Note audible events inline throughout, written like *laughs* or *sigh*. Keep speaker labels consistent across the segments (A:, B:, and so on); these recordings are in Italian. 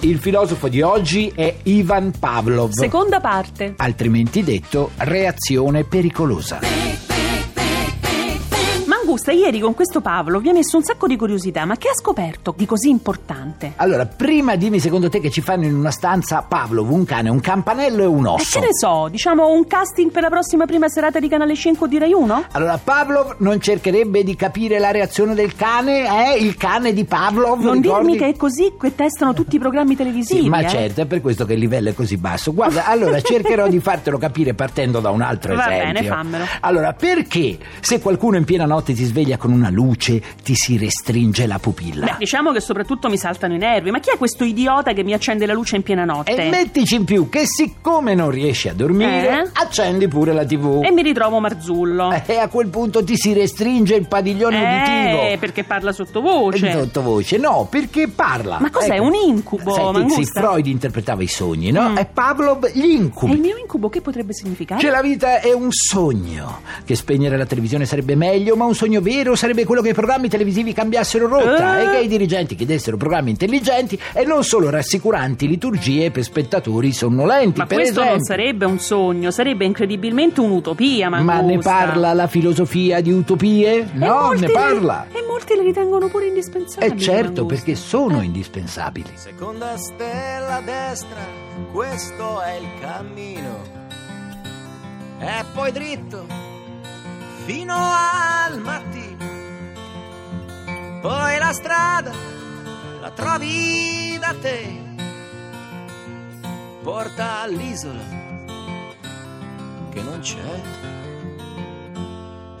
A: Il filosofo di oggi è Ivan Pavlov,
B: Seconda parte.
A: altrimenti detto reazione pericolosa.
B: Mangusta ieri con questo Pavlo vi ha messo un sacco di curiosità, ma che ha scoperto di così importante?
A: Allora, prima dimmi secondo te che ci fanno in una stanza Pavlov, un cane, un campanello e un
B: E
A: osso.
B: Eh, che ne so, diciamo un casting per la prossima prima serata di Canale 5 di Rai 1?
A: Allora, Pavlov non cercherebbe di capire la reazione del cane, eh? Il cane di Pavlov.
B: Non
A: ricordi?
B: dirmi che è così che testano tutti i programmi televisivi.
A: Sì, ma
B: eh?
A: certo, è per questo che il livello è così basso. Guarda, allora cercherò di fartelo capire partendo da un altro
B: Va
A: esempio.
B: bene, fammelo.
A: Allora, perché se qualcuno in piena notte ti sveglia con una luce, ti si restringe la pupilla?
B: Beh, diciamo che soprattutto mi saltano i nervi. Ma chi è questo idiota che mi accende la luce in piena notte?
A: E mettici in più che siccome non riesci a dormire,
B: Eh?
A: accendi pure la TV.
B: E mi ritrovo Marzullo.
A: E a quel punto ti si restringe il padiglione uditivo.
B: Eh, perché parla sottovoce.
A: In sottovoce, Eh, no, perché parla. Ecco.
B: Ma cos'è, un incubo,
A: Senti, sì,
B: Mangusta?
A: Freud interpretava i sogni, no?
B: Mm.
A: E Pavlov gli
B: E
A: incubi.
B: il mio incubo che potrebbe significare?
A: Cioè la vita è un sogno, che spegnere la televisione sarebbe meglio, ma un sogno vero sarebbe quello che i programmi televisivi cambiassero rotta
B: Eh?
A: e che i dirigenti chiedessero programmi intelligenti e non solo rassicuranti liturgie per spettatori sonnolenti.
B: Ma
A: per
B: questo non
A: esempio.
B: sarebbe un sogno, sarebbe incredibilmente un'utopia, Mangusta.
A: Ma ne parla la filosofia di utopie?
B: E
A: No,
B: molti
A: ne
B: li-
A: parla.
B: e molti le ritengono pure
A: E
B: indispensabili.
A: certo,
B: Mangusta.
A: perché sono
B: Eh.
A: indispensabili.
C: Seconda stella a destra, questo è il cammino. E poi dritto fino al mattino. Poi la strada la trovi da te. Porta all'isola che non c'è.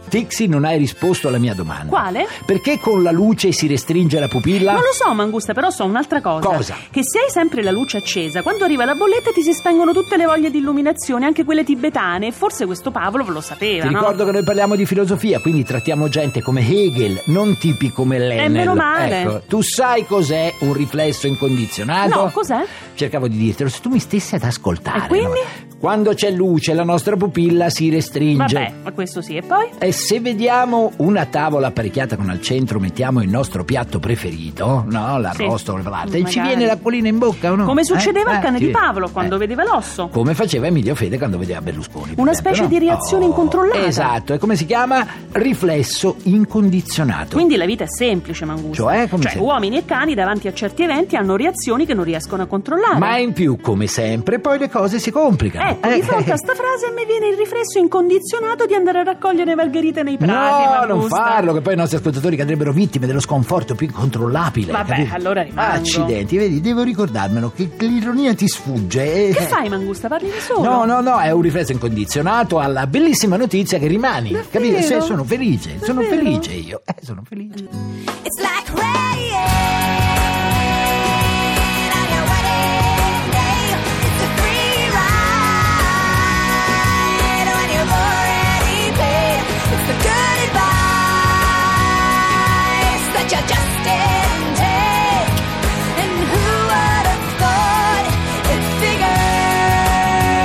A: Tixi non hai risposto alla mia domanda.
B: Quale?
A: Perché con la luce si restringe la pupilla?
B: Non lo so, Mangusta, però so un'altra cosa.
A: Cosa?
B: Che se hai sempre la luce accesa, quando arriva la bolletta ti si spengono tutte le voglie di illuminazione, anche quelle tibetane. e Forse questo Pavlov lo sapeva,
A: Ti
B: no?
A: ricordo che noi parliamo di filosofia, quindi trattiamo gente come Hegel, non tipi come Lenel.
B: Eh, meno male.
A: Ecco, tu sai cos'è un riflesso incondizionato?
B: No, cos'è?
A: Cercavo di dirtelo, se tu mi stessi ad ascoltare.
B: E quindi?
A: no? Quando c'è luce la nostra pupilla si restringe.
B: Vabbè, ma questo sì, e poi?
A: E se vediamo una tavola apparecchiata con al centro mettiamo il nostro piatto preferito, no? L'arrosto
B: Sì, Mm,
A: o il latte, e ci
B: magari.
A: viene l'acquolina in bocca o no?
B: Come succedeva
A: Eh?
B: al
A: Eh,
B: cane
A: ti
B: di
A: vedi.
B: Pavlo quando
A: Eh.
B: vedeva l'osso.
A: Come faceva Emilio Fede quando vedeva Berlusconi. per
B: Una
A: esempio,
B: specie
A: no? Oh,
B: di reazione incontrollata.
A: Esatto, e come si chiama? Riflesso incondizionato.
B: Quindi la vita è semplice, Mangusta.
A: Certo. Cioè, come sempre.
B: uomini e cani davanti a certi eventi hanno reazioni che non riescono a controllare.
A: Ma in più, come sempre, poi le cose si complicano.
B: ah, eh. Ecco, di
A: Eh,
B: fronte a sta frase mi viene il riflesso incondizionato di andare a raccogliere margherite nei prati. Mangusta.
A: *laughs* No, non farlo, che poi i nostri ascoltatori cadrebbero vittime dello sconforto più incontrollabile.
B: Vabbè,
A: capito?
B: allora rimango.
A: Accidenti, vedi, devo ricordarmelo che l'ironia ti sfugge. e-
B: Che fai, Mangusta? Parli da solo?
A: No, no, no, è un riflesso incondizionato alla bellissima notizia che rimani.
B: Davvero?
A: Capito? Sì, sono felice, sono
B: Davvero?
A: felice io. Eh, sono felice.
D: It's like rain on your wedding day. It's a free ride when you've already paid. It's the good advice that you just didn't take. And who would have thought it figured?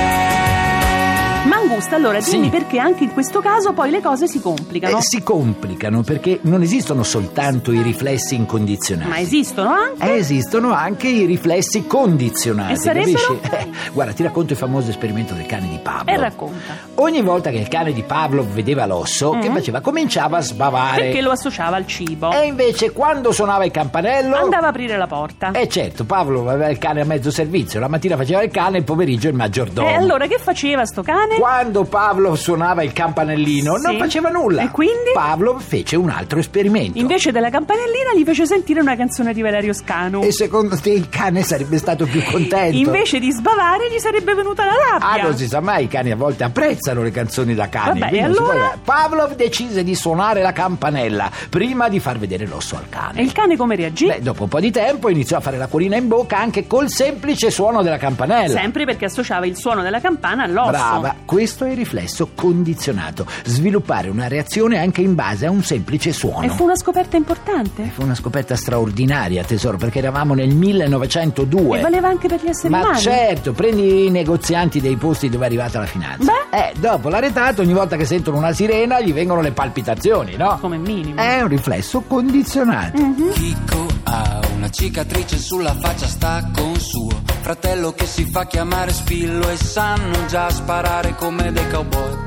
B: Mangusta, allora dimmi
A: Sì.
B: perché anche in questo caso poi le cose si complicano.
A: Eh, si complicano perché non esistono soltanto i riflessi incondizionati.
B: Ma esistono anche.
A: Eh, Esistono anche i riflessi condizionati.
B: E sarebbero?
A: capisci? Eh, guarda, ti racconto il famoso esperimento del cane di Pablo.
B: E racconta.
A: Ogni volta che il cane di Pablo vedeva l'osso, che
B: Mm.
A: faceva? Cominciava a sbavare.
B: Perché lo associava al cibo.
A: E invece quando suonava il campanello...
B: Andava a aprire la porta.
A: Eh certo, Pablo aveva il cane a mezzo servizio, la mattina faceva il cane, il pomeriggio il
B: E
A: maggiordomo.
B: allora che faceva sto cane?
A: Quando Pavlov suonava il campanellino,
B: Sì.
A: non faceva nulla.
B: E quindi?
A: Pavlov fece un altro esperimento.
B: Invece della campanellina gli fece sentire una canzone di Valerio Scanu.
A: E secondo te il cane sarebbe stato più contento?
B: Invece di sbavare gli sarebbe venuta la
A: Ah,
B: rabbia.
A: non si sa mai, i cani a volte apprezzano le canzoni da cani.
B: Vabbè,
A: quindi
B: e
A: non si
B: allora?
A: può- Pavlov decise di suonare la campanella prima di far vedere l'osso al
B: e
A: cane.
B: il cane come reagì?
A: Beh, dopo un po' di tempo iniziò a fare la cuorina in bocca anche col semplice suono della campanella.
B: Sempre perché associava il suono della campana all'osso.
A: Brava, questo è il riflesso condizionato, sviluppare una reazione anche in base a un semplice suono.
B: E fu una scoperta importante.
A: Fu una scoperta straordinaria, tesoro, perché eravamo nel 1902.
B: E valeva anche per gli esseri
A: Ma
B: umani.
A: certo, prendi i negozianti dei posti dove è arrivata la finanza.
B: Beh.
A: Eh, dopo l'arretato, ogni volta che sentono una sirena, gli vengono le palpitazioni, no?
B: Come minimo.
A: È un riflesso condizionato.
B: Mm.
E: Chico ha una cicatrice sulla faccia, sta con suo fratello che si fa chiamare Spillo e sanno già sparare come dei cowboy.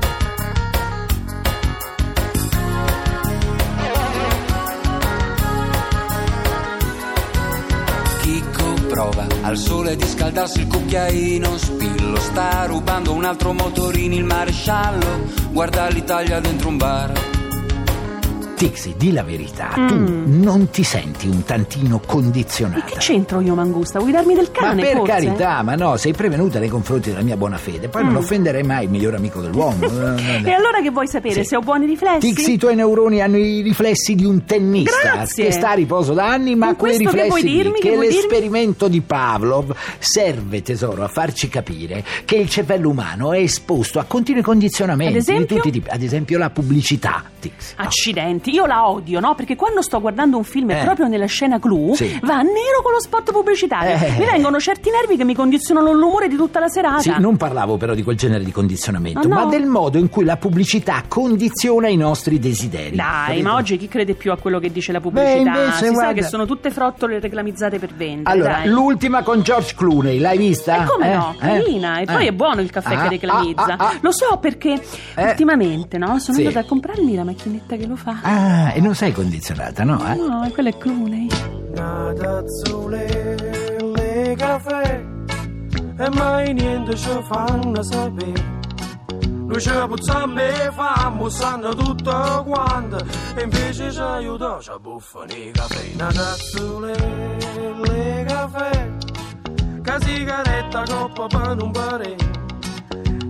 E: Chico prova al sole di scaldarsi il cucchiaino, Spillo sta rubando un altro motorino, il maresciallo guarda l'Italia dentro un bar.
A: Tixi, di la verità,
B: Mm.
A: tu non ti senti un tantino condizionata.
B: Che c'entro io, Mangusta? Vuoi darmi del
A: Ma
B: cane,
A: per
B: forse?
A: carità, ma no, sei prevenuta nei confronti della mia buona fede. Poi
B: Mm.
A: non offenderei mai il miglior amico
B: *laughs*
A: dell'uomo. Eh,
B: E allora che vuoi sapere?
A: Sì.
B: Se ho buoni riflessi?
A: Tixi, i tuoi neuroni hanno i riflessi di un tennista
B: Grazie.
A: che sta a riposo da anni, ma
B: Con
A: quei
B: questo che
A: riflessi
B: vuoi
A: lì,
B: dirmi, che
A: che
B: vuoi dirmi?
A: l'esperimento di Pavlov serve tesoro a farci capire che il cervello umano è esposto a continui condizionamenti
B: Ad esempio? Ah,
A: di tutti i tipi, ad esempio la pubblicità, Tixi.
B: Accidenti, io la odio, no? Perché quando sto guardando un film e
A: Eh.
B: proprio nella scena clou,
A: Sì.
B: va a nero con lo spot pubblicitario.
A: Eh.
B: Mi vengono certi nervi che mi condizionano l'umore di tutta la serata.
A: Sì, non parlavo però di quel genere di condizionamento,
B: Ah, no?
A: ma del modo in cui la pubblicità condiziona i nostri desideri.
B: Dai,
A: Capito?
B: ma oggi chi crede più a quello che dice la pubblicità?
A: invece,
B: si sa
A: guarda-
B: che sono tutte frottole reclamizzate per vendere.
A: Allora,
B: dai.
A: l'ultima con George Clooney, l'hai vista?
B: E come
A: Eh?
B: no,
A: Eh?
B: carina. E poi
A: Eh.
B: è buono il caffè
A: Ah,
B: che reclamizza.
A: ah, ah, ah.
B: Lo so perché
A: Eh.
B: ultimamente, no? Sono
A: Sì.
B: andata a comprarmi la macchinetta che lo fa.
A: Ah, e non sei condizionata, no? eh?
B: No, e quella è Clooney.
F: Nadazzole, le caffè, e mai niente ci fanno sapere. Noi ci puzziamo e fammo, sanno tutto quanto, e invece ci aiuta, ci buffano i caffè. Nadazzole, le caffè, che sigaretta coppa per un pare.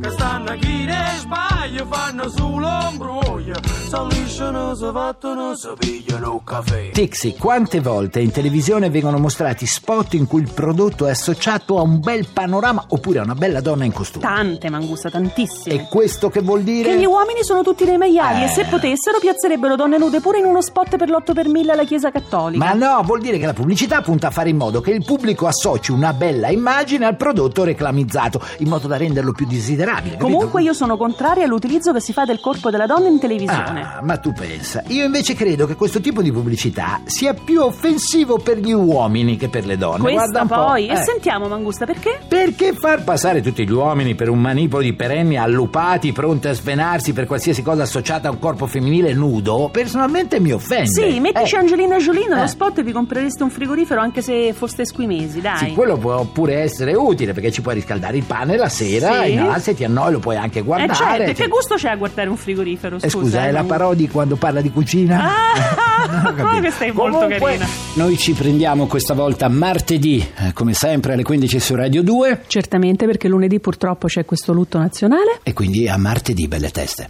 F: Che stanno chi ne sbaglia, fanno sull'ombruglio, se lisciano, se fattono, se pigliano un caffè.
A: Tixi, quante volte in televisione vengono mostrati spot in cui il prodotto è associato a un bel panorama oppure a una bella donna in costume?
B: Tante, Mangusta, tantissime.
A: E questo che vuol dire?
B: Che gli uomini sono tutti dei maiali
A: Eh.
B: e se potessero piazzerebbero donne nude pure in uno spot per l'8 per 1000 alla Chiesa Cattolica.
A: Ma no, vuol dire che la pubblicità punta a fare in modo che il pubblico associ una bella immagine al prodotto reclamizzato, in modo da renderlo più desiderabile. capito?
B: Comunque io sono contraria all'utilizzo che si fa del corpo della donna in televisione.
A: Ah, ma tu pensa, io invece credo che questo tipo di pubblicità sia più offensivo per gli uomini che per le donne. Guarda
B: Questa
A: un po',
B: poi.
A: eh.
B: E sentiamo, Mangusta, perché?
A: Perché far passare tutti gli uomini per un manipolo di perenni allupati, pronti a svenarsi per qualsiasi cosa associata a un corpo femminile nudo, personalmente mi offende.
B: Sì, mettici
A: Eh,
B: Angelina Jolie nello
A: Eh.
B: spot e vi comprereste un frigorifero anche se foste squimesi, dai.
A: Sì, quello può pure essere utile perché ci puoi riscaldare il pane la sera
B: Sì.
A: e no, se ti annoi lo puoi anche
B: eh
A: guardare.
B: certo, e che
A: cioè-
B: gusto c'è a guardare un frigorifero? Scusa,
A: Eh, scusa,
B: eh,
A: è la
B: Mangusta.
A: parodi quando parla di cucina?
B: *laughs* Ah,
A: *laughs* Non ho capito.
B: questa è molto
A: Comunque,
B: carina.
G: Noi ci prendiamo questa volta martedì, eh, come sempre alle 15 su Radio 2
B: Certamente perché lunedì purtroppo c'è questo lutto nazionale.
G: e quindi a martedì belle teste.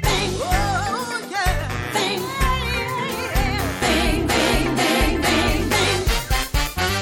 D: Bang, bang, bang, bang, bang, bang, bang.